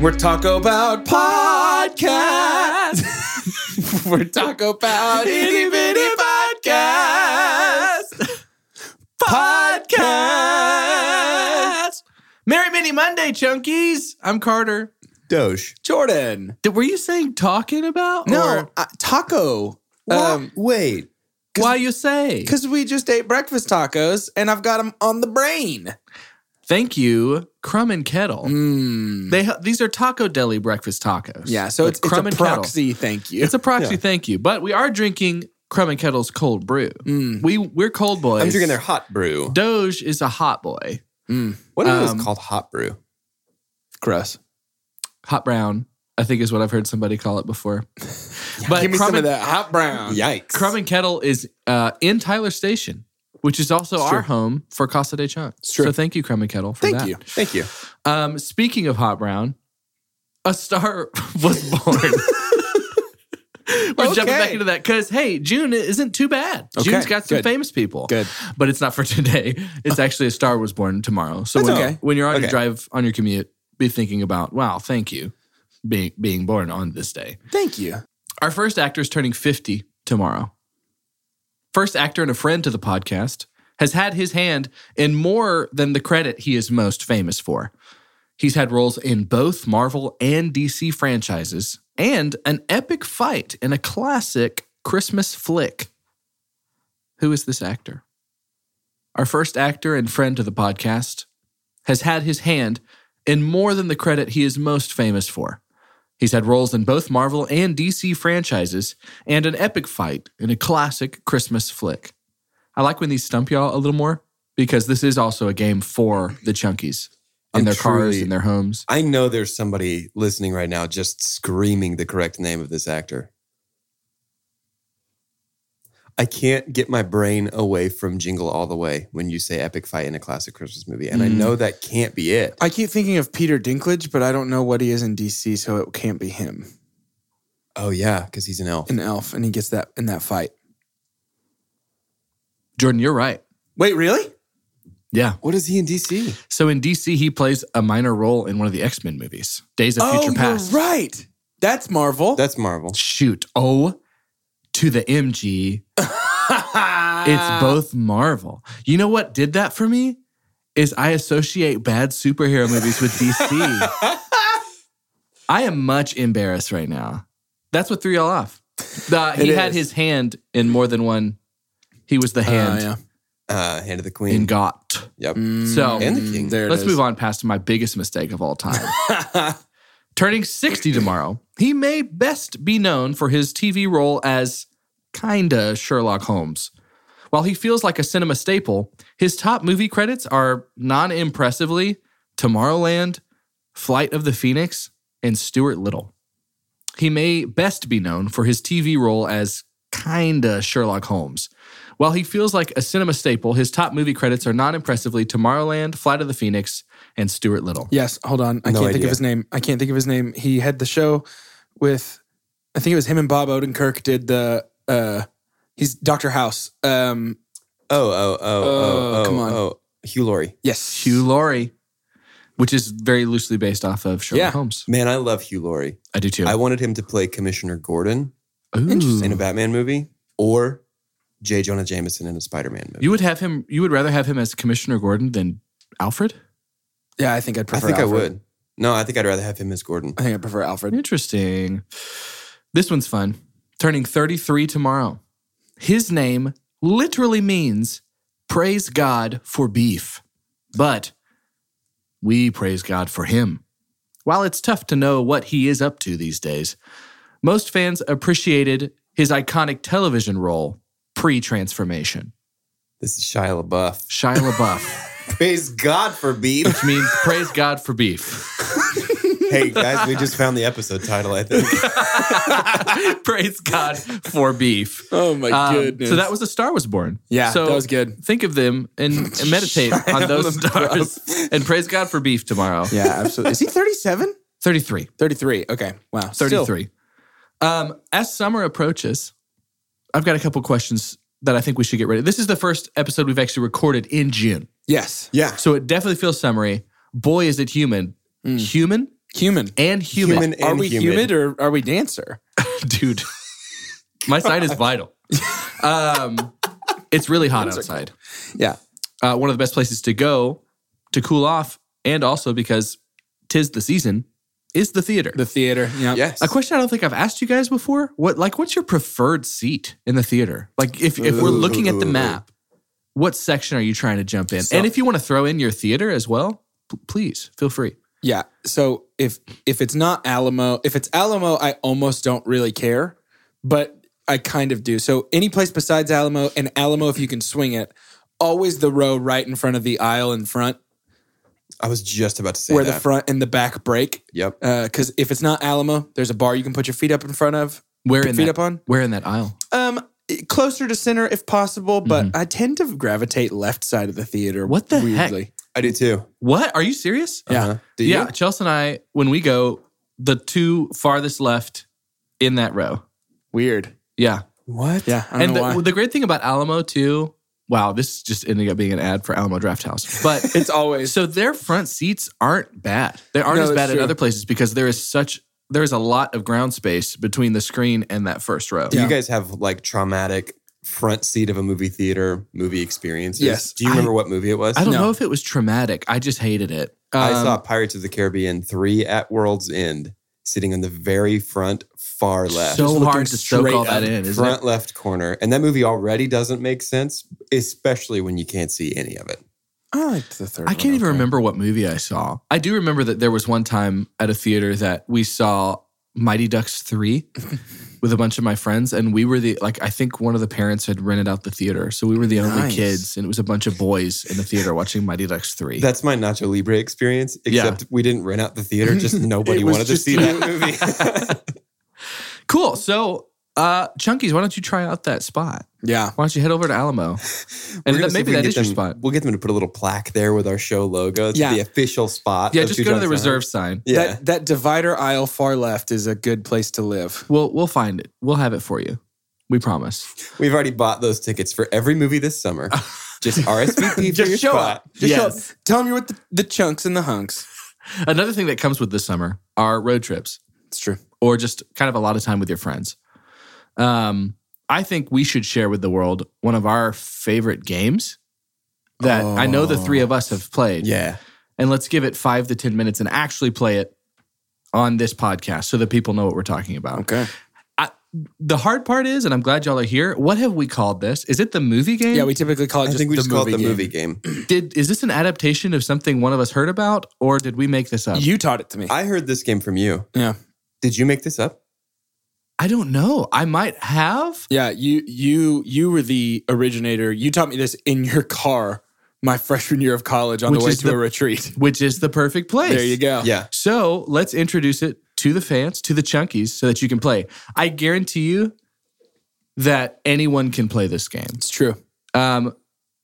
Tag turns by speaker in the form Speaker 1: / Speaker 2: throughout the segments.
Speaker 1: We're Taco Bout Podcast. We're Taco Bout Itty Bitty Podcast. Podcast.
Speaker 2: Merry Mini Monday, Chunkies. I'm Carter.
Speaker 1: Doge.
Speaker 3: Jordan.
Speaker 2: Did, were you saying talking about?
Speaker 3: No,
Speaker 2: or
Speaker 3: uh, taco.
Speaker 2: Why?
Speaker 3: wait.
Speaker 2: why you say?
Speaker 3: um, Because we just ate breakfast tacos and I've got them on the brain.
Speaker 2: Thank you, Crumb and Kettle.
Speaker 3: Mm.
Speaker 2: They ha- these are Taco Deli breakfast tacos.
Speaker 3: Yeah, so
Speaker 2: With
Speaker 3: it's, it's a
Speaker 2: Kettle.
Speaker 3: proxy. Thank you.
Speaker 2: It's a proxy. Thank you. But we are drinking Crumb and Kettle's cold brew.
Speaker 3: Mm.
Speaker 2: We we're cold boys.
Speaker 1: I'm drinking their hot brew.
Speaker 2: Doge is a hot boy,
Speaker 1: What
Speaker 2: Um,
Speaker 1: is this called? Hot brew.
Speaker 3: Gross.
Speaker 2: hot brown. I think is what I've heard somebody call it before. But
Speaker 3: Give me
Speaker 2: Crumb
Speaker 3: some of
Speaker 2: and-
Speaker 3: that hot brown.
Speaker 1: Yikes.
Speaker 2: Crumb and Kettle is uh, in Tyler Station, which is also our home for Casa de Chunk.
Speaker 3: true.
Speaker 2: So thank you, Crumb and Kettle, for
Speaker 3: Thank
Speaker 2: that.
Speaker 3: you.
Speaker 1: Thank you.
Speaker 2: Um, speaking of Hot Brown, a star was born. We're jumping back
Speaker 3: Okay.
Speaker 2: into that because hey, June isn't too bad.
Speaker 3: Okay,
Speaker 2: June's got some
Speaker 3: good.
Speaker 2: famous people,
Speaker 3: Good. Oh.
Speaker 2: but it's not for today. It's actually a star was born tomorrow. So
Speaker 3: That's
Speaker 2: when,
Speaker 3: okay.
Speaker 2: when you're on
Speaker 1: Okay.
Speaker 2: your drive on your commute, be thinking about wow, thank you, being being born on this day.
Speaker 3: Thank you.
Speaker 2: Our first actor is turning 50 tomorrow. First actor and a friend to the podcast has had his hand in more than the credit he is most famous for. He's had roles in both Marvel and DC franchises and an epic fight in a classic Christmas flick. Who is this actor? Our first actor and friend to the podcast has had his hand in more than the credit he is most famous for. He's had roles in both Marvel and DC franchises and an epic fight in a classic Christmas flick. I like when these stump y'all a little more because this is also a game for the Chunkies in
Speaker 1: I'm
Speaker 2: their cars,
Speaker 1: truly-
Speaker 2: in their homes.
Speaker 1: I know there's somebody listening right now just screaming the correct name of this actor. I can't get my brain away from Jingle All the Way when you say epic fight in a classic Christmas movie. And I
Speaker 2: Mm.
Speaker 1: know that can't be it.
Speaker 3: I keep thinking of Peter Dinklage, but I don't know what he is in DC, so it can't be him.
Speaker 1: Oh, yeah, because he's an elf.
Speaker 3: An elf, and he gets that in that fight.
Speaker 2: Jordan, you're right.
Speaker 3: Wait, really?
Speaker 2: Yeah.
Speaker 1: What is he in DC?
Speaker 2: So in DC, he plays a minor role in one of the X Men movies, Days of
Speaker 3: oh,
Speaker 2: Future Past.
Speaker 3: you're right. That's Marvel.
Speaker 1: That's Marvel.
Speaker 2: Shoot. Oh, to the MG. It's both Marvel. You know what did that for me? Is I associate bad superhero movies with DC. I am much embarrassed right now. That's what threw y'all off. The- he
Speaker 3: It is.
Speaker 2: had
Speaker 3: Uh,
Speaker 2: his hand in more than one. He was the hand
Speaker 3: yeah.
Speaker 1: Uh, Hand of the Queen.
Speaker 2: in Got.
Speaker 1: yep.
Speaker 2: So
Speaker 1: And the King.
Speaker 3: Mm, There it
Speaker 2: Let's
Speaker 3: is.
Speaker 2: move on past my biggest mistake of all time. Turning 60 tomorrow, he may best be known for his TV role as kinda Sherlock Holmes. While he feels like a cinema staple, his top movie credits are non impressively Tomorrowland, Flight of the Phoenix, and Stuart Little. He may best be known for his TV role as kinda Sherlock Holmes. While he feels like a cinema staple, his top movie credits are not impressively Tomorrowland, Flight of the Phoenix, and Stuart Little.
Speaker 3: Yes, hold on. I
Speaker 1: No
Speaker 3: can't think
Speaker 1: idea.
Speaker 3: of his name. I can't think of his name. He had the show with, I think it was him and Bob Odenkirk did the, uh, he's Dr. House. Um,
Speaker 1: Oh, oh, oh, oh,
Speaker 3: Oh,
Speaker 1: oh,
Speaker 3: come on.
Speaker 1: oh. Hugh Laurie.
Speaker 3: yes.
Speaker 2: Hugh Laurie, which is very loosely based off of Sherlock
Speaker 3: Yeah.
Speaker 2: Holmes.
Speaker 1: Man, I love Hugh Laurie.
Speaker 2: I do too.
Speaker 1: I wanted him to play Commissioner Gordon
Speaker 2: Ooh.
Speaker 1: in
Speaker 3: Hmm.
Speaker 1: a Batman movie or J. Jonah Jameson in a Spider Man movie.
Speaker 2: You would have him. You would rather have him as Commissioner Gordon than Alfred.
Speaker 3: Yeah, I think I'd
Speaker 1: I
Speaker 3: prefer
Speaker 1: think I
Speaker 3: Alfred.
Speaker 1: would. No, I think I'd rather have him as Gordon.
Speaker 3: I think I prefer Alfred.
Speaker 2: Interesting. This one's fun. Turning 33 tomorrow. His name literally means praise God for beef, but we praise God for him. While it's tough to know what he is up to these days, most fans appreciated his iconic television role pre transformation.
Speaker 1: This is Shia LaBeouf.
Speaker 2: Shia LaBeouf,
Speaker 1: Praise God for beef.
Speaker 2: which means praise God for beef.
Speaker 1: hey, guys, we just found the episode title, I think.
Speaker 2: praise God for beef.
Speaker 3: Oh my
Speaker 2: Um,
Speaker 3: goodness.
Speaker 2: So that was a star was born.
Speaker 3: yeah,
Speaker 2: So
Speaker 3: that was good.
Speaker 2: think of them and, and meditate on those stars and praise God for beef tomorrow.
Speaker 3: Yeah, absolutely. Is he 37?
Speaker 2: 33.
Speaker 3: 33. Okay. Wow. Still.
Speaker 2: 33. Um, as summer approaches, I've got a couple questions that I think we should get ready. This is the first episode we've actually recorded in June.
Speaker 3: Yes.
Speaker 1: Yeah.
Speaker 2: So it definitely feels summery. Boy, is it human.
Speaker 3: Mm.
Speaker 2: Human
Speaker 3: Human.
Speaker 2: and human.
Speaker 1: Human
Speaker 3: Are
Speaker 1: and
Speaker 3: we
Speaker 1: humid.
Speaker 3: humid or are we dancer?
Speaker 2: Dude, my side is vital. Um, it's really hot outside.
Speaker 3: Yeah.
Speaker 2: uh, one of the best places to go to cool off, and also because tis the season is the theater.
Speaker 3: The theater. Yeah.
Speaker 1: Yes.
Speaker 2: a question I don't think I've asked you guys before: what like what's your preferred seat in the theater? Like if if we're
Speaker 1: Ooh.
Speaker 2: looking at the map, what section are you trying to jump in? and if you want to throw in your theater as well, p- please feel free.
Speaker 3: Yeah. So if if it's not Alamo, if it's Alamo, I almost don't really care, but I kind of do. So any place besides Alamo and Alamo, if you can swing it, always the row right in front of the aisle in front,
Speaker 1: I was just about to say
Speaker 3: where
Speaker 1: that.
Speaker 3: the front and the back break.
Speaker 1: yep.
Speaker 3: Because if it's not Alamo, there's a bar you can put your feet up in front of,
Speaker 2: Where
Speaker 3: put
Speaker 2: in
Speaker 3: feet
Speaker 2: that,
Speaker 3: up on.
Speaker 2: where in that aisle?
Speaker 3: Um, closer to center if possible, but I tend to gravitate left side of Mm-hmm. the theater.
Speaker 2: What the heck?
Speaker 3: weirdly.
Speaker 1: I do too.
Speaker 2: What are you serious?
Speaker 3: Yeah.
Speaker 1: Uh-huh. Do you?
Speaker 2: yeah, Chelsea and I when we go the two farthest left in that row.
Speaker 3: Weird.
Speaker 2: Yeah.
Speaker 1: What?
Speaker 3: Yeah. I don't
Speaker 2: And
Speaker 3: know
Speaker 2: the,
Speaker 3: why.
Speaker 2: the great thing about Alamo too, wow, this just ended up being an ad for Alamo Draft House. But
Speaker 3: it's always
Speaker 2: so their front seats aren't bad. They aren't
Speaker 3: No,
Speaker 2: as
Speaker 3: that's
Speaker 2: bad at
Speaker 3: true.
Speaker 2: other places because there is such there is a lot of ground space between the screen and that first row.
Speaker 1: Do
Speaker 3: Yeah.
Speaker 1: you guys have like traumatic front seat of a movie theater movie experiences?
Speaker 3: Yes.
Speaker 1: Do you remember what movie it was?
Speaker 2: I don't
Speaker 3: No.
Speaker 2: know if it was traumatic. I just hated it.
Speaker 1: I
Speaker 2: Um,
Speaker 1: saw Pirates of the Caribbean 3 at World's End, sitting on the very front, far
Speaker 3: Just
Speaker 1: left,
Speaker 2: so
Speaker 3: looking
Speaker 2: hard to soak
Speaker 3: straight
Speaker 2: all that
Speaker 3: up
Speaker 2: in, isn't
Speaker 1: front
Speaker 2: it?
Speaker 1: left corner. And that movie already doesn't make sense, especially when you can't see any of it.
Speaker 3: I liked the third.
Speaker 2: I can't
Speaker 3: one,
Speaker 2: even
Speaker 3: okay.
Speaker 2: remember what movie I saw. I do remember that there was one time at a theater that we saw Mighty Ducks 3 with a bunch of my friends. And we were the, like, I think one of the parents had rented out the theater. So we were the only
Speaker 3: Nice.
Speaker 2: kids. And it was a bunch of boys in the theater watching Mighty Ducks 3.
Speaker 1: That's my Nacho Libre experience,
Speaker 2: Yeah.
Speaker 1: except we didn't rent out the theater. Just nobody
Speaker 3: It was
Speaker 1: wanted to
Speaker 3: just
Speaker 1: see
Speaker 3: you.
Speaker 1: that movie.
Speaker 2: cool. So, uh, Chunkies, why don't you try out that spot?
Speaker 3: Yeah.
Speaker 2: Why don't you head over to Alamo?
Speaker 1: We're
Speaker 2: And
Speaker 1: gonna
Speaker 2: that,
Speaker 1: see if
Speaker 2: maybe
Speaker 1: we can
Speaker 2: that
Speaker 1: get
Speaker 2: is your
Speaker 1: them-
Speaker 2: spot.
Speaker 1: We'll get them to put a little plaque there with our show logo. It's
Speaker 3: Yeah.
Speaker 1: the official spot.
Speaker 2: Yeah,
Speaker 1: of
Speaker 2: just
Speaker 1: Two
Speaker 2: go to the
Speaker 1: Drunks and a Hunk.
Speaker 2: reserve sign.
Speaker 1: Yeah.
Speaker 3: That that divider aisle far left is a good place to live.
Speaker 2: We'll, we'll find it. We'll have it for you. We promise.
Speaker 1: We've already bought those tickets for every movie this summer. Just RSVP for your spot.
Speaker 3: Just show
Speaker 2: Yes.
Speaker 3: up. Tell them you're with the, the chunks and the hunks.
Speaker 2: Another thing that comes with this summer are road trips.
Speaker 3: It's true.
Speaker 2: or just kind of a lot of time with your friends. Um, I think we should share with the world one of our favorite games that I know the three of us have
Speaker 3: Oh,
Speaker 2: played.
Speaker 1: Yeah.
Speaker 2: And let's give it five to 10 minutes and actually play it on this podcast so that people know what we're talking about.
Speaker 3: Okay.
Speaker 2: The hard part is, and I'm glad y'all are here, what have we called this? Is it the movie game?
Speaker 3: Yeah, we typically call it
Speaker 1: I
Speaker 3: just
Speaker 1: think we
Speaker 3: the
Speaker 1: just call
Speaker 3: movie
Speaker 1: it the
Speaker 3: game.
Speaker 1: movie game.
Speaker 2: did. Is this an adaptation of something one of us heard about, or did we make this up?
Speaker 3: You taught it to me.
Speaker 1: I heard this game from you.
Speaker 3: yeah.
Speaker 1: Did you make this up?
Speaker 2: I don't know. I might have.
Speaker 3: Yeah, you you you were the originator. You taught me this in your car my freshman year of college on the
Speaker 2: Which
Speaker 3: way
Speaker 2: is
Speaker 3: to
Speaker 2: the-
Speaker 3: a retreat.
Speaker 2: which is the perfect place.
Speaker 3: There you go.
Speaker 1: Yeah.
Speaker 2: So let's introduce it to the fans, to the chunkies, so that you can play. I guarantee you that anyone can play this game.
Speaker 3: It's true.
Speaker 2: Um,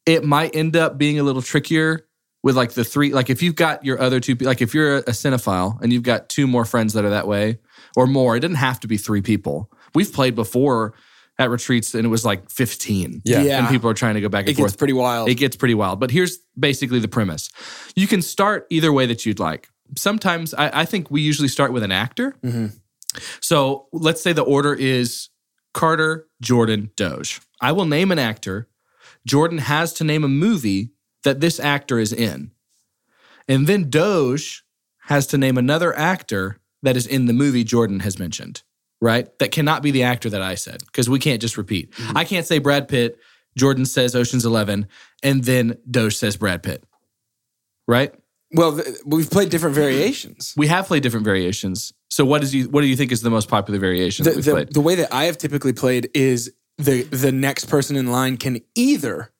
Speaker 2: it might end up being a little trickier with like the three. Like if you've got your other two, pe- like if you're a cinephile and you've got two more friends that are that way or more, it doesn't have to be three people. We've played before at retreats and it was like fifteen.
Speaker 1: Yeah.
Speaker 3: Yeah.
Speaker 2: and people are trying to go back and
Speaker 3: It
Speaker 2: forth.
Speaker 3: gets pretty wild.
Speaker 2: It gets pretty wild. But here's basically the premise you can start either way that you'd like. Sometimes I, I think we usually start with an actor.
Speaker 3: Mhm.
Speaker 2: So let's say the order is Carter, Jordan, Doge. I will name an actor. Jordan has to name a movie that this actor is in. And then Doge has to name another actor that is in the movie Jordan has mentioned, right? That cannot be the actor that I said because we can't just repeat.
Speaker 3: Mm-hmm.
Speaker 2: I can't say Brad Pitt, Jordan says Ocean's 11, and then Doge says Brad Pitt, right?
Speaker 3: well, th- we've played different variations.
Speaker 2: We have played different variations. So what is you what do you think is the most popular variation
Speaker 3: The,
Speaker 2: that we've
Speaker 3: the,
Speaker 2: played?
Speaker 3: the way that I have typically played is the the next person in line can either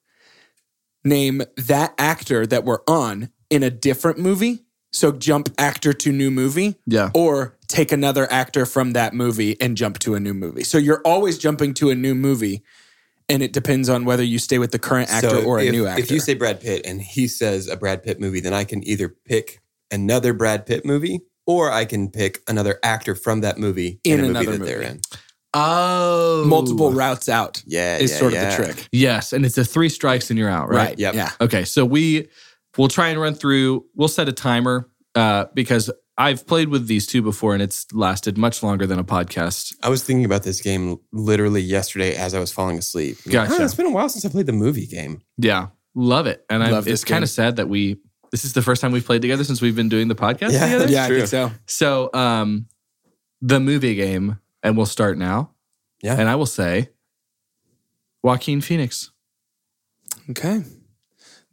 Speaker 3: name that actor that we're on in a different movie, so jump actor to new movie,
Speaker 2: Yeah.
Speaker 3: or take another actor from that movie and jump to a new movie. So you're always jumping to a new movie, and it depends on whether you stay with the current actor
Speaker 1: So
Speaker 3: or a
Speaker 1: if,
Speaker 3: new actor.
Speaker 1: If you say Brad Pitt and he says a Brad Pitt movie, then I can either pick another Brad Pitt movie or I can pick another actor from that movie
Speaker 3: In
Speaker 1: a
Speaker 3: another
Speaker 1: that they're
Speaker 3: movie.
Speaker 1: in.
Speaker 2: Oh.
Speaker 3: multiple routes out
Speaker 1: Yeah,
Speaker 3: is
Speaker 1: yeah,
Speaker 3: sort
Speaker 1: yeah.
Speaker 3: of the trick,
Speaker 2: Yes, and it's a three strikes and you're out, right?
Speaker 3: right?
Speaker 1: Yep.
Speaker 3: Yeah,
Speaker 2: Okay, so we will try and run through. We'll set a timer uh, because I've played with these two before, and it's lasted much longer than a podcast.
Speaker 1: I was thinking about this game literally yesterday as I was falling asleep. I'm like,
Speaker 2: Gotcha.
Speaker 1: "Huh, it's been a while since I played the movie game.
Speaker 2: Yeah, love it, and I,
Speaker 3: Love this
Speaker 2: it's kind
Speaker 3: game.
Speaker 2: of sad that we. This is the first time we've played together since we've been doing the podcast
Speaker 1: Yeah.
Speaker 2: together.
Speaker 1: That's
Speaker 3: yeah, I
Speaker 1: true.
Speaker 3: think so.
Speaker 2: So, um, the movie game, and we'll start now.
Speaker 1: Yeah.
Speaker 2: and I will say, Joaquin Phoenix.
Speaker 3: Okay.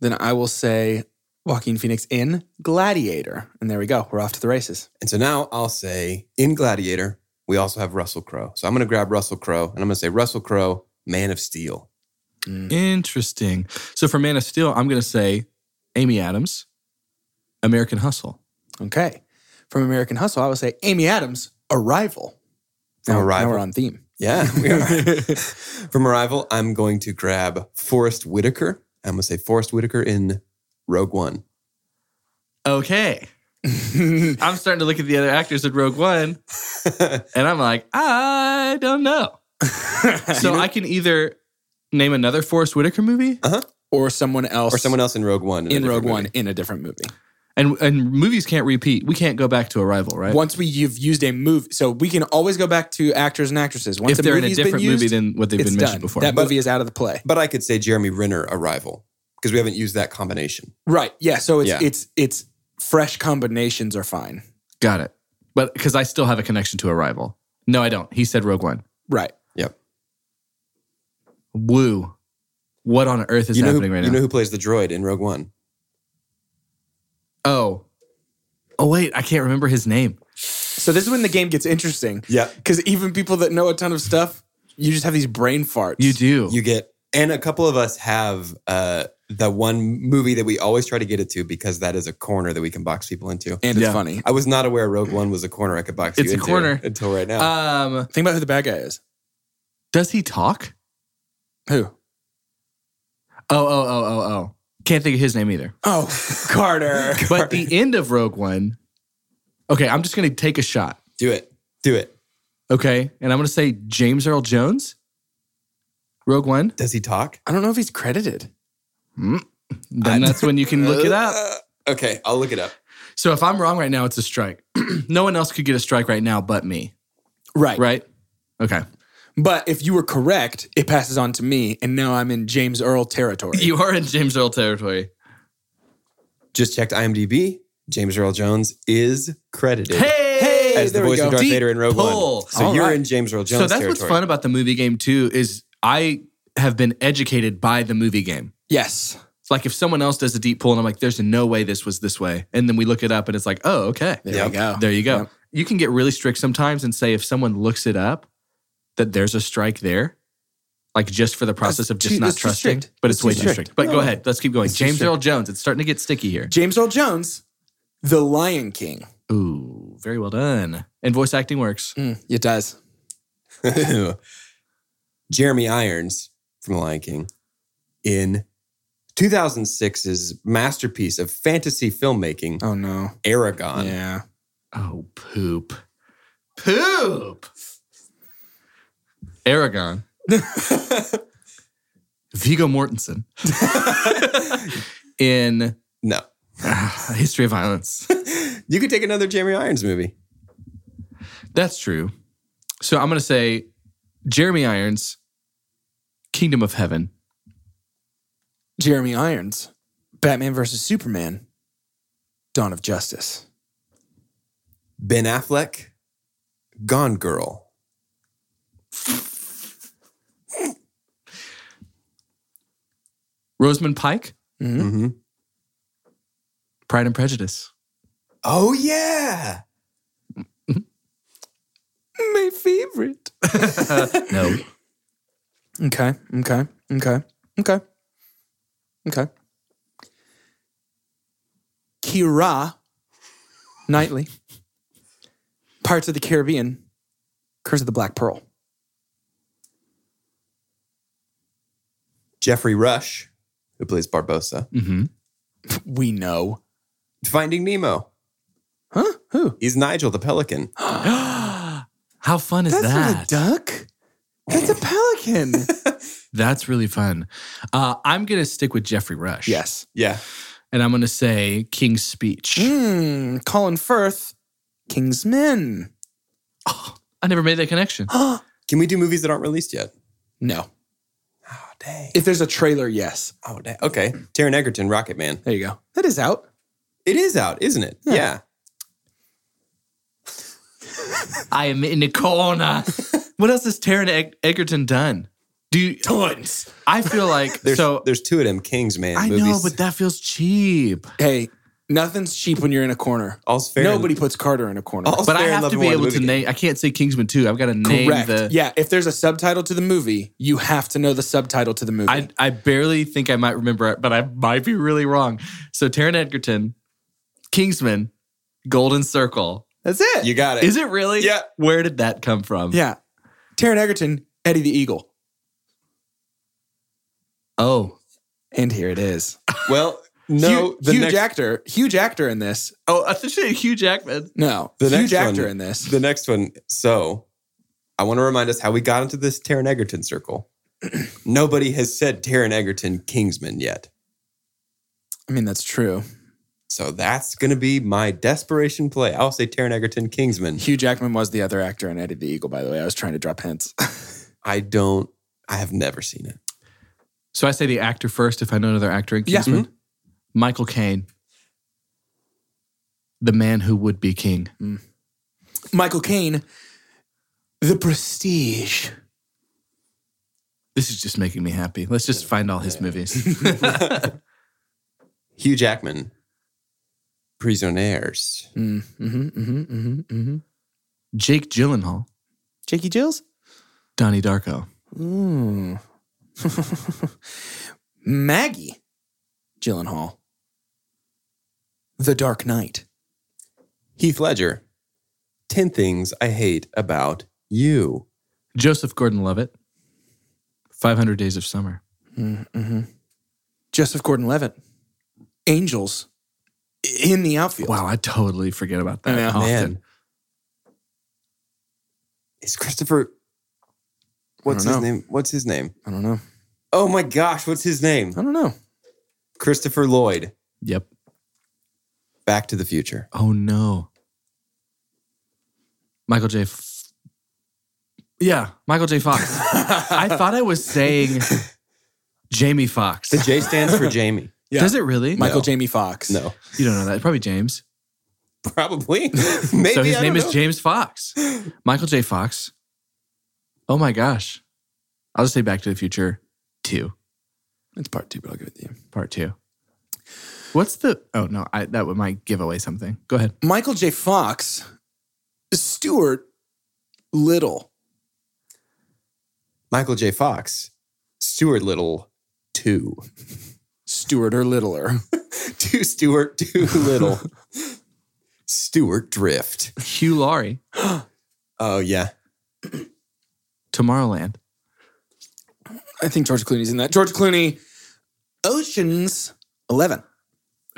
Speaker 3: Then I will say Joaquin Phoenix in Gladiator. And there we go. We're off to the races.
Speaker 1: And so now I'll say in Gladiator, we also have Russell Crowe. So I'm going to grab Russell Crowe and I'm going to say Russell Crowe, Man of Steel.
Speaker 2: Mm. Interesting. So for Man of Steel, I'm going to say Amy Adams, American Hustle.
Speaker 3: Okay. From American Hustle, I will say Amy Adams, Arrival. Now,
Speaker 1: Arrival.
Speaker 3: now we're on theme.
Speaker 1: Yeah, we are. From Arrival, I'm going to grab Forrest Whitaker. I'm going to say Forrest Whitaker in Rogue One.
Speaker 2: Okay. I'm starting to look at the other actors in Rogue One, and I'm like, I don't know. so I can either name another Forrest Whitaker movie,
Speaker 3: or someone else
Speaker 1: or someone else in Rogue One.
Speaker 3: in Rogue One
Speaker 1: One.
Speaker 3: in a different movie.
Speaker 2: and and movies can't repeat. We can't go back to Arrival, right?
Speaker 3: Once we you've used a movie, so we can always go back to actors and actresses. Once
Speaker 2: if they're in a
Speaker 3: movie's been
Speaker 2: different
Speaker 3: used,
Speaker 2: movie than what they've
Speaker 3: it's
Speaker 2: been mentioned
Speaker 3: done.
Speaker 2: before.
Speaker 3: That movie is out of the play.
Speaker 1: But I could say Jeremy Renner Arrival because we haven't used that combination.
Speaker 3: Right. Yeah. So it's
Speaker 1: Yeah.
Speaker 3: it's it's fresh combinations are fine.
Speaker 2: Got it. But because I still have a connection to Arrival. No, I don't. He said Rogue One.
Speaker 3: Right.
Speaker 1: Yep.
Speaker 2: Woo. What on earth is
Speaker 1: you know
Speaker 2: happening
Speaker 1: who,
Speaker 2: right
Speaker 1: you
Speaker 2: now?
Speaker 1: know who plays the droid in Rogue One?
Speaker 2: oh. Oh wait, I can't remember his name.
Speaker 3: So this is when the game gets interesting.
Speaker 1: Yeah.
Speaker 3: Because even people that know a ton of stuff, you just have these brain farts.
Speaker 2: You do.
Speaker 1: You get, and a couple of us have uh, the one movie that we always try to get it to because that is a corner that we can box people into.
Speaker 3: and it's
Speaker 2: Yeah.
Speaker 3: funny.
Speaker 1: I was not aware Rogue One was a corner I could box
Speaker 2: It's
Speaker 1: you
Speaker 2: a
Speaker 1: into
Speaker 2: corner.
Speaker 1: until right now.
Speaker 2: um
Speaker 3: Think about who the bad guy is.
Speaker 2: does he talk?
Speaker 3: Who?
Speaker 2: Oh, oh, oh, oh, oh. Can't think of his name either.
Speaker 3: Oh, Carter.
Speaker 2: But the end of Rogue One. Okay, I'm just gonna take a shot.
Speaker 1: do it. Do it.
Speaker 2: Okay. And I'm gonna say James Earl Jones. Rogue One.
Speaker 1: Does he talk?
Speaker 3: I don't know if he's credited.
Speaker 2: Then that's when you can look it up.
Speaker 1: Okay, I'll look it up.
Speaker 2: So if I'm wrong right now, it's a strike. no one else could get a strike right now but me.
Speaker 3: Right.
Speaker 2: Right? Okay.
Speaker 3: But if you were correct, it passes on to me, and now I'm in James Earl territory.
Speaker 2: You are in James Earl territory.
Speaker 1: Just checked IMDb. James Earl Jones is credited
Speaker 2: Hey!
Speaker 1: as the
Speaker 3: there we
Speaker 1: voice
Speaker 3: go.
Speaker 1: of Darth
Speaker 2: Deep
Speaker 1: Vader in Rogue
Speaker 2: pull.
Speaker 1: One. So
Speaker 3: All
Speaker 1: you're
Speaker 3: right.
Speaker 1: in James Earl Jones.
Speaker 2: So that's what's
Speaker 1: territory.
Speaker 2: fun about the movie game too is I have been educated by the movie game.
Speaker 3: yes.
Speaker 2: It's like if someone else does a deep pull and I'm like, there's no way this was this way. And then we look it up and it's like, oh, okay.
Speaker 3: There
Speaker 1: Yep.
Speaker 3: we go.
Speaker 2: There you go.
Speaker 3: Yep.
Speaker 2: You can get really strict sometimes and say if someone looks it up, that there's a strike there. like just for the process
Speaker 3: That's
Speaker 2: of just
Speaker 3: too-
Speaker 2: not
Speaker 3: that's too
Speaker 2: trusting.
Speaker 3: strict.
Speaker 2: But
Speaker 3: That's
Speaker 2: it's way
Speaker 3: too
Speaker 2: too
Speaker 3: strict.
Speaker 2: strict. But
Speaker 3: No.
Speaker 2: go ahead, let's keep going.
Speaker 3: That's too
Speaker 2: James
Speaker 3: strict.
Speaker 2: Earl Jones. It's starting to get sticky here.
Speaker 3: James Earl Jones, The Lion King.
Speaker 2: Ooh, very well done. And voice acting works.
Speaker 3: Mm, it does.
Speaker 1: Jeremy Irons from The Lion King in 2006's masterpiece of fantasy filmmaking,
Speaker 3: Oh no.
Speaker 1: Aragon.
Speaker 3: Yeah.
Speaker 2: Oh, poop. Poop. Aragon. Vigo Mortensen. In
Speaker 1: No.
Speaker 2: ah, History of Violence.
Speaker 1: You could take another Jeremy Irons movie.
Speaker 2: That's true. So I'm going to say Jeremy Irons, Kingdom of Heaven.
Speaker 3: Jeremy Irons, Batman versus Superman, Dawn of Justice.
Speaker 1: Ben Affleck, Gone Girl.
Speaker 2: Rosamund Pike,
Speaker 3: Mhm.
Speaker 1: Mm-hmm.
Speaker 2: Pride and Prejudice.
Speaker 1: Oh, yeah.
Speaker 3: My favorite.
Speaker 2: No.
Speaker 3: Okay. Okay. Okay. Okay. Okay. Kira Knightley. Parts of the Caribbean. Curse of the Black Pearl.
Speaker 1: Jeffrey Rush, who plays Barbosa.
Speaker 2: hmm
Speaker 3: We know.
Speaker 1: Finding Nemo.
Speaker 3: Huh? Who?
Speaker 1: He's Nigel the Pelican.
Speaker 2: How fun is
Speaker 3: That's
Speaker 2: that?
Speaker 3: not a duck. That's a pelican.
Speaker 2: That's really fun. Uh, I'm going to stick with Jeffrey Rush.
Speaker 3: yes.
Speaker 1: Yeah.
Speaker 2: And I'm going to say King's Speech.
Speaker 3: Mm, Colin Firth, King's Men.
Speaker 2: I never made that connection.
Speaker 1: Can we do movies that aren't released yet?
Speaker 3: No.
Speaker 1: Oh, dang.
Speaker 3: If there's a trailer, yes.
Speaker 1: Oh, dang. Okay. Taryn Egerton, Rocket Man.
Speaker 3: There you go. That is out.
Speaker 1: It is out, isn't it? Yeah.
Speaker 2: I am in the corner. what else has Taryn Eg- Egerton done? Do you, tons. I feel like
Speaker 1: There's,
Speaker 2: so.
Speaker 1: there's two of them Kings Man
Speaker 2: I
Speaker 1: movies.
Speaker 2: know, but that feels cheap.
Speaker 3: Hey, nothing's cheap when you're in a corner.
Speaker 1: All's fair. Oh, in-
Speaker 3: Nobody puts Carter in a corner.
Speaker 1: All's
Speaker 2: But I
Speaker 1: fair in
Speaker 2: have
Speaker 1: love
Speaker 2: to
Speaker 1: and
Speaker 2: be
Speaker 1: war in the
Speaker 2: able to
Speaker 1: movie
Speaker 2: name. I can't say Kingsman two. I've got to name
Speaker 3: Correct.
Speaker 2: the.
Speaker 3: yeah, if there's a subtitle to the movie, you have to know the subtitle to the movie.
Speaker 2: I I barely think I might remember it, but I might be really wrong. So Taryn Egerton, Kingsman, Golden Circle.
Speaker 3: That's it.
Speaker 1: You got it.
Speaker 2: Is it really?
Speaker 1: Yeah.
Speaker 2: Where did that come from?
Speaker 3: yeah. Taryn Egerton, Eddie the Eagle.
Speaker 2: Oh,
Speaker 3: And here it is.
Speaker 1: Well, no.
Speaker 3: huge,
Speaker 1: the
Speaker 3: huge
Speaker 1: next,
Speaker 3: actor, huge actor in this.
Speaker 2: oh, I thought you said Hugh Jackman.
Speaker 3: No,
Speaker 1: The
Speaker 3: huge
Speaker 1: next
Speaker 3: actor
Speaker 1: one-
Speaker 3: in this.
Speaker 1: the next one. So, I want to remind us how we got into this Taron Egerton circle. Nobody has said Taron Egerton Kingsman yet.
Speaker 3: I mean, that's true.
Speaker 1: So that's going to be my desperation play. I'll say Taron Egerton Kingsman.
Speaker 3: Hugh Jackman was the other actor in Eddie the Eagle, by the way. I was trying to drop hints.
Speaker 1: I don't. I have never seen it.
Speaker 2: So I say the actor first if I know another actor in
Speaker 3: Yeah.
Speaker 2: Kingsman. Michael Caine. The man who would be king.
Speaker 3: Michael Caine, The Prestige.
Speaker 2: This is just making me happy. Let's just find all his movies.
Speaker 1: Hugh Jackman, Prisoners.
Speaker 3: Mm, hmm hmm hmm hmm
Speaker 2: Jake Gyllenhaal,
Speaker 3: Jakey Jills?
Speaker 2: Donnie Darko,
Speaker 3: Mm. Maggie Gyllenhaal. The Dark Knight.
Speaker 1: Heath Ledger, 10 Things I Hate About You.
Speaker 2: Joseph Gordon-Levitt, 500 Days of Summer.
Speaker 3: Mm, mm-hmm. Joseph Gordon-Levitt. Angels in the outfield.
Speaker 2: Wow, I totally forget about that
Speaker 3: Yeah,
Speaker 2: often.
Speaker 1: Man. Is Christopher. What's
Speaker 3: I
Speaker 1: his
Speaker 3: don't know.
Speaker 1: name? What's his name?
Speaker 3: I don't know.
Speaker 1: Oh my gosh, what's his name?
Speaker 3: I don't know.
Speaker 1: Christopher Lloyd,
Speaker 2: Yep.
Speaker 1: Back to the Future.
Speaker 2: Oh no. Michael J. F- yeah, Michael J. Fox. I thought I was saying Jamie Fox.
Speaker 1: The J stands for Jamie.
Speaker 3: Yeah.
Speaker 2: Does it really?
Speaker 3: Michael
Speaker 1: No.
Speaker 3: Jamie Fox.
Speaker 1: No,
Speaker 2: You don't know that. Probably James.
Speaker 1: probably. Maybe.
Speaker 2: so his
Speaker 1: I
Speaker 2: name
Speaker 1: don't
Speaker 2: is
Speaker 1: know.
Speaker 2: James Fox. Michael J. Fox. Oh my gosh. I'll just say Back to the Future 2,
Speaker 3: It's part two, but I'll give it to you.
Speaker 2: part 2. What's the Oh no, I that would might give away something. Go ahead.
Speaker 3: Michael J. Fox, Stuart Little.
Speaker 1: Michael J. Fox, Stuart Little two.
Speaker 3: Stewart or Littler.
Speaker 1: two Stuart, two Little. Stuart Drift.
Speaker 2: Hugh Laurie,
Speaker 1: Oh yeah.
Speaker 2: Tomorrowland.
Speaker 3: I think George Clooney's in that. George Clooney, Ocean's Eleven.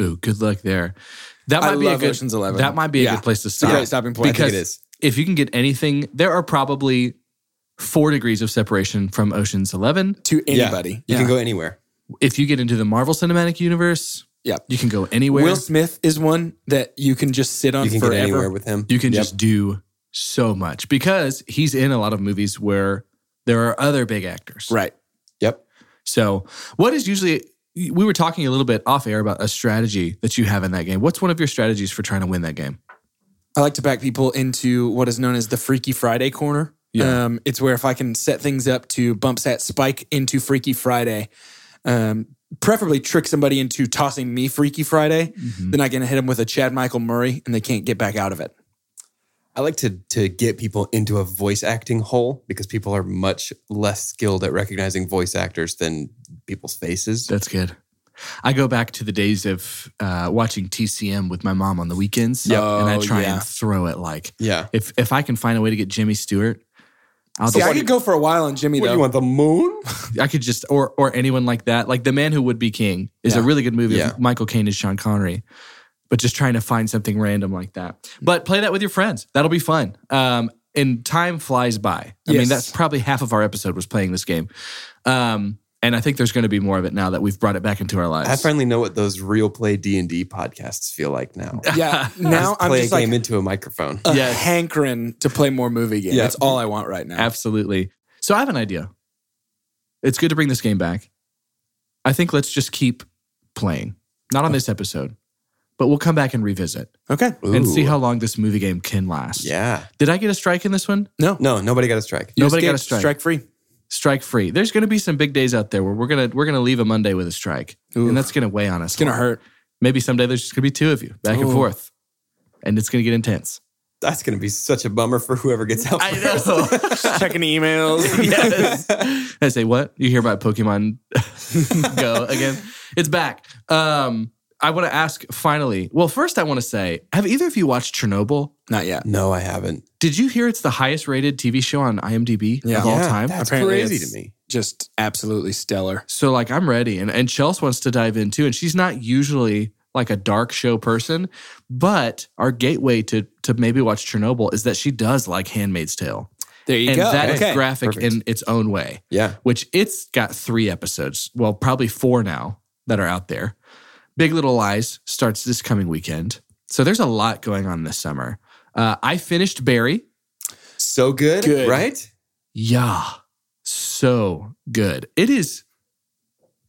Speaker 2: Ooh, good luck there. That might
Speaker 3: I
Speaker 2: be
Speaker 3: love
Speaker 2: a good,
Speaker 3: Ocean's Eleven.
Speaker 2: That might be a
Speaker 3: Yeah.
Speaker 2: good place to
Speaker 3: It's a
Speaker 2: stop.
Speaker 3: great stopping point.
Speaker 1: I
Speaker 2: Because-
Speaker 1: think it is.
Speaker 2: if you can get anything, there are probably four degrees of separation from Ocean's Eleven.
Speaker 3: to
Speaker 1: Yeah.
Speaker 3: anybody.
Speaker 1: You
Speaker 3: Yeah.
Speaker 1: can go anywhere.
Speaker 2: If you get into the Marvel Cinematic Universe,
Speaker 3: Yeah.
Speaker 2: you can go anywhere.
Speaker 3: Will Smith is one that you can just sit on
Speaker 1: You can
Speaker 3: forever.
Speaker 1: get anywhere with him.
Speaker 2: you can
Speaker 1: Yep.
Speaker 2: just do so much because he's in a lot of movies where there are other big actors.
Speaker 3: Right.
Speaker 1: Yep.
Speaker 2: So, what is usually we were talking a little bit off air about a strategy that you have in that game. What's one of your strategies for trying to win that game?
Speaker 3: I like to back people into what is known as the Freaky Friday corner.
Speaker 2: Yeah.
Speaker 3: Um, it's where if I can set things up to bump that spike into Freaky Friday, um, preferably trick somebody into tossing me Freaky Friday,
Speaker 1: Mm-hmm.
Speaker 3: then I can hit them with a Chad Michael Murray and they can't get back out of it.
Speaker 1: I like to to get people into a voice acting hole because people are much less skilled at recognizing voice actors than people's faces.
Speaker 2: That's good. I go back to the days of uh, watching TCM with my mom on the weekends.
Speaker 3: Yep.
Speaker 2: And I
Speaker 3: Oh,
Speaker 2: try
Speaker 3: yeah.
Speaker 2: and throw it like
Speaker 1: Yeah.
Speaker 2: if if I can find a way to get Jimmy Stewart, I'll
Speaker 3: See, I
Speaker 2: just,
Speaker 3: could go for a while on Jimmy though.
Speaker 1: want? The moon?
Speaker 2: I could just or or anyone like that. Like The Man Who Would Be King is a
Speaker 3: Yeah.
Speaker 2: really good movie
Speaker 1: Yeah.
Speaker 2: of Michael Caine and Sean Connery. But just trying to find something random like that. But play that with your friends. That'll be fun. Um, and time flies by. I mean,
Speaker 3: Yes.
Speaker 2: that's probably half of our episode was playing this game. Um, and I think there's going to be more of it now that we've brought it back into our lives.
Speaker 1: I finally know what those real play D and D podcasts feel like now.
Speaker 3: yeah. Now I'm
Speaker 1: play
Speaker 3: just
Speaker 1: a game
Speaker 3: like Uh,
Speaker 1: into a microphone.
Speaker 3: a
Speaker 2: Yes.
Speaker 3: hankering to play more movie games.
Speaker 1: Yeah.
Speaker 3: That's all I want right now.
Speaker 2: Absolutely. So I have an idea. It's good to bring this game back. I think let's just keep playing. Not on this episode, but we'll come back and revisit
Speaker 3: Okay.
Speaker 2: and see
Speaker 1: Ooh.
Speaker 2: how long this movie game can last.
Speaker 1: Yeah.
Speaker 2: Did I get a strike in this one?
Speaker 3: No.
Speaker 1: No, nobody got a strike.
Speaker 3: You
Speaker 2: Nobody got a
Speaker 3: escaped.
Speaker 2: strike.
Speaker 3: Strike free.
Speaker 2: Strike free. There's going to be some big days out there where we're gonna we're gonna leave a Monday with a strike,
Speaker 3: Ooh.
Speaker 2: and that's gonna weigh on us.
Speaker 3: It's gonna
Speaker 2: a lot.
Speaker 3: hurt.
Speaker 2: Maybe someday there's just gonna be two of you back and
Speaker 3: Ooh.
Speaker 2: forth, and it's gonna get intense.
Speaker 1: That's going to be such a bummer for whoever gets out.
Speaker 2: I
Speaker 1: first.
Speaker 2: know.
Speaker 3: Checking emails.
Speaker 2: yes. I say, what? You hear about Pokemon Go again? It's back. Um, I want to ask finally. Well, first, I want to say, have either of you watched Chernobyl?
Speaker 3: Not yet.
Speaker 1: No, I haven't.
Speaker 2: Did you hear it's the highest rated TV show on IMDb
Speaker 3: Yeah.
Speaker 2: of all
Speaker 1: Yeah,
Speaker 2: time?
Speaker 1: That's
Speaker 3: Apparently
Speaker 1: crazy
Speaker 3: it's-
Speaker 1: to me.
Speaker 3: Just absolutely stellar.
Speaker 2: So, like, I'm ready. And, and Chelsea wants to dive in too. And she's not usually like a dark show person, but our gateway to, to maybe watch Chernobyl is that she does like Handmaid's Tale.
Speaker 3: There you
Speaker 2: and
Speaker 3: go.
Speaker 2: that is
Speaker 3: okay.
Speaker 2: graphic
Speaker 1: perfect.
Speaker 2: in its own way.
Speaker 1: Yeah.
Speaker 2: which it's got three episodes. Well, probably four now that are out there. Big Little Lies starts this coming weekend. So there's a lot going on this summer. Uh, I finished Barry.
Speaker 1: So good,
Speaker 3: Good.
Speaker 1: right?
Speaker 2: Yeah, so good. It is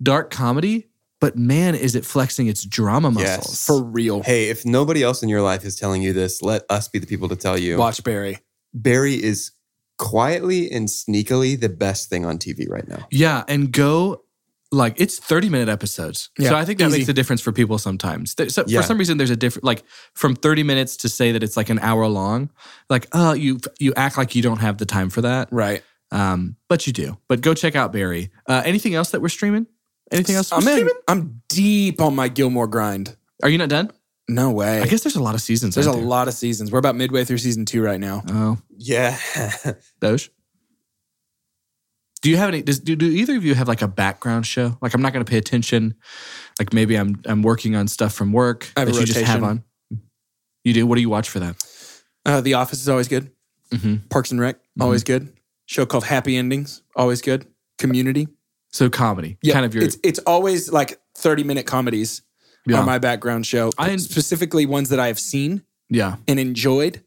Speaker 2: dark comedy, but man, is it flexing its drama
Speaker 1: Yes.
Speaker 2: muscles.
Speaker 3: For real.
Speaker 1: Hey, if nobody else in your life is telling you this, let us be the people to tell you.
Speaker 3: Watch Barry.
Speaker 1: Barry is quietly and sneakily the best thing on TV right now.
Speaker 2: Yeah, and go like it's 30 minute episodes.
Speaker 3: Yeah,
Speaker 2: so I think that
Speaker 3: easy.
Speaker 2: makes a difference for people sometimes. There- so
Speaker 1: Yeah.
Speaker 2: For some reason there's a different like from 30 minutes to say that it's like an hour long. Like oh you you act like you don't have the time for that.
Speaker 3: Right.
Speaker 2: Um but you do. But go check out Barry. Uh anything else that we're streaming? Anything else?
Speaker 3: I'm
Speaker 2: we're
Speaker 3: in.
Speaker 2: streaming?
Speaker 3: I'm deep on my Gilmore grind.
Speaker 2: Are you not done?
Speaker 3: No way.
Speaker 2: I guess there's a lot of seasons.
Speaker 3: there's a
Speaker 2: aren't there?
Speaker 3: lot of seasons. We're about midway through season two right now.
Speaker 2: Oh,
Speaker 1: Yeah.
Speaker 2: those. Do you have any? Does, do, do either of you have like a background show? Like I'm not going to pay attention. Like maybe I'm I'm working on stuff from work
Speaker 3: I have a
Speaker 2: that you just have
Speaker 3: rotation.
Speaker 2: on. You do. What do you watch for that?
Speaker 3: Uh, the Office is always good.
Speaker 2: Mhm.
Speaker 3: Parks and Rec always good. Show called Happy Endings always good. Community.
Speaker 2: So comedy,
Speaker 3: Yeah,
Speaker 2: kind of your.
Speaker 3: It's it's always like 30 minute comedies
Speaker 2: Yeah.
Speaker 3: are my background show.
Speaker 2: I-
Speaker 3: specifically ones that I have seen
Speaker 2: yeah,
Speaker 3: and enjoyed.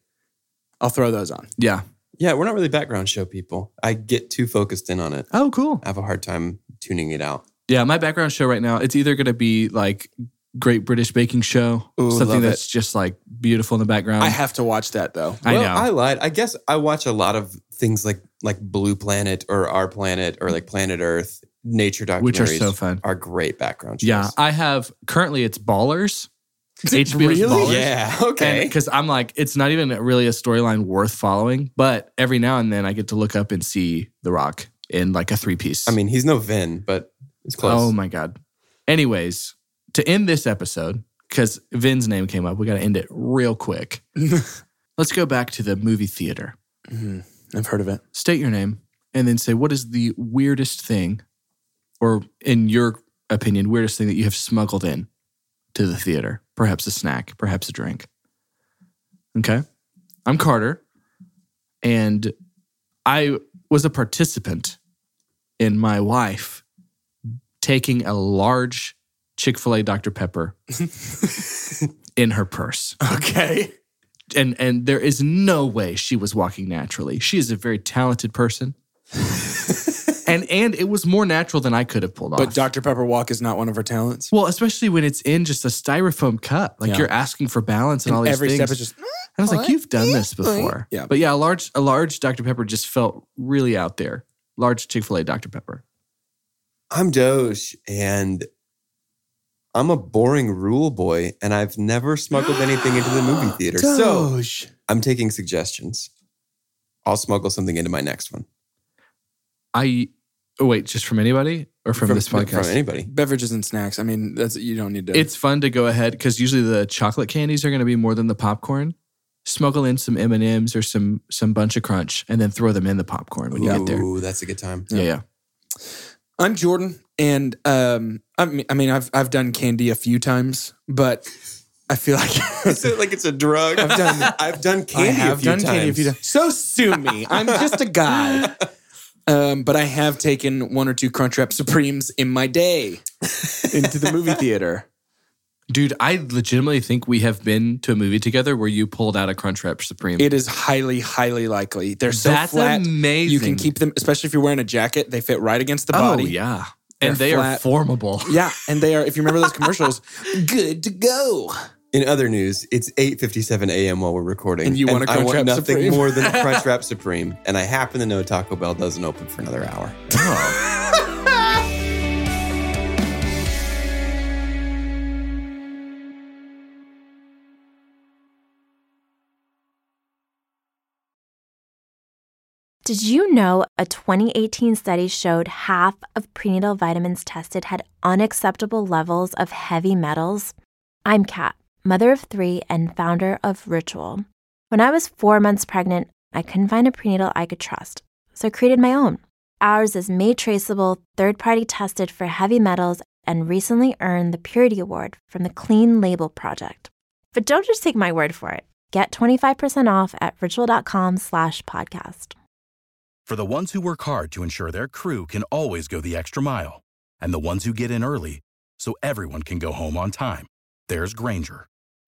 Speaker 3: I'll throw those on.
Speaker 2: yeah.
Speaker 1: yeah, we're not really background show people. I get too focused in on it.
Speaker 2: Oh, cool.
Speaker 1: I have a hard time tuning it out.
Speaker 2: Yeah, my background show right now. It's either going to be like Great British Baking Show,
Speaker 3: Ooh,
Speaker 2: something
Speaker 3: love
Speaker 2: that's just like beautiful in the background.
Speaker 3: I have to watch that though.
Speaker 2: I
Speaker 1: well,
Speaker 2: know.
Speaker 1: I lied. I guess I watch a lot of things like like Blue Planet or Our Planet or like Planet Earth. Nature documentaries
Speaker 2: which are so fun.
Speaker 1: are great background shows.
Speaker 2: Yeah, I have currently it's Ballers. HBO's Ballers.
Speaker 1: Yeah. Okay.
Speaker 2: Because I'm like, it's not even really a storyline worth following, but every now and then I get to look up and see The Rock in like a three piece.
Speaker 1: I mean, he's no Vin, but it's close.
Speaker 2: oh my God. Anyways, to end this episode, because Vin's name came up, we got to end it real quick. Let's go back to the movie theater.
Speaker 3: Mhm. I've heard of it.
Speaker 2: State your name and then say, what is the weirdest thing, or in your opinion, weirdest thing that you have smuggled in to the theater? Perhaps a snack, perhaps a drink. Okay. I'm Carter, and I was a participant in my wife taking a large Chick fil A Dr. Pepper in her purse
Speaker 3: Okay.
Speaker 2: and and there is no way she was walking naturally. She is a very talented person. and and it was more natural than I could have pulled
Speaker 3: But
Speaker 2: off.
Speaker 3: Dr. Pepper Walk is not one of her talents.
Speaker 2: well, especially when it's in just a styrofoam cup, like
Speaker 3: Yeah.
Speaker 2: you're asking for balance and, all these
Speaker 3: Every
Speaker 2: things.
Speaker 3: step is just
Speaker 2: and I was like, "You've done this before."
Speaker 3: Yeah.
Speaker 2: but yeah, a large a large Dr Pepper just felt really out there. Large Chick Fil A Dr Pepper.
Speaker 1: I'm Doge, and I'm a boring rule boy, and I've never smuggled anything into the movie theater. So
Speaker 3: Doge.
Speaker 1: I'm taking suggestions. I'll smuggle something into my next one
Speaker 2: I oh wait, just from anybody or from, this podcast?
Speaker 1: From anybody.
Speaker 3: beverages and snacks. I mean, that's you don't need to.
Speaker 2: It's fun to go ahead because usually the chocolate candies are going to be more than the popcorn. Smuggle in some M and M's or some some bunch of crunch, and then throw them in the popcorn when you get there.
Speaker 1: Ooh, that's a good time.
Speaker 2: Yeah, yeah.
Speaker 3: I'm Jordan, and um, I mean, I mean, I've I've done candy a few times, but I feel like
Speaker 1: Is it like it's a drug? I've done I've done
Speaker 3: I
Speaker 1: candy a
Speaker 3: have
Speaker 1: few
Speaker 3: done
Speaker 1: times.
Speaker 3: candy a few times. So sue me. I'm just a guy. Um, but I have taken one or two Crunchwrap Supremes in my day into the movie theater.
Speaker 2: Dude, I legitimately think we have been to a movie together where you pulled out a Crunchwrap Supreme.
Speaker 3: It is highly, highly likely. They're so
Speaker 2: That's
Speaker 3: flat.
Speaker 2: amazing.
Speaker 3: You can keep them, especially if you're wearing a jacket. They fit right against the
Speaker 2: oh
Speaker 3: body.
Speaker 2: yeah,
Speaker 3: They're
Speaker 2: and they
Speaker 3: flat.
Speaker 2: are formable.
Speaker 3: Yeah, and they are. If you remember those commercials, good to go.
Speaker 1: In other news, it's 8:57 a.m. while we're recording,
Speaker 3: And you want a
Speaker 1: I want
Speaker 3: Crunchwrap
Speaker 1: nothing
Speaker 3: Supreme.
Speaker 1: more than a Crunchwrap Supreme, and I happen to know Taco Bell doesn't open for another hour.
Speaker 4: Did you know a 2018 study showed half of prenatal vitamins tested had unacceptable levels of heavy metals? I'm Kat, mother of three and founder of Ritual. When I was four months pregnant, I couldn't find a prenatal I could trust, so I created my own. Ours is made traceable, third party tested for heavy metals, and recently earned the Purity Award from the Clean Label Project. But don't just take my word for it. Get 25% off at ritual.com slash podcast.
Speaker 5: For the ones who work hard to ensure their crew can always go the extra mile, and the ones who get in early so everyone can go home on time, there's Granger,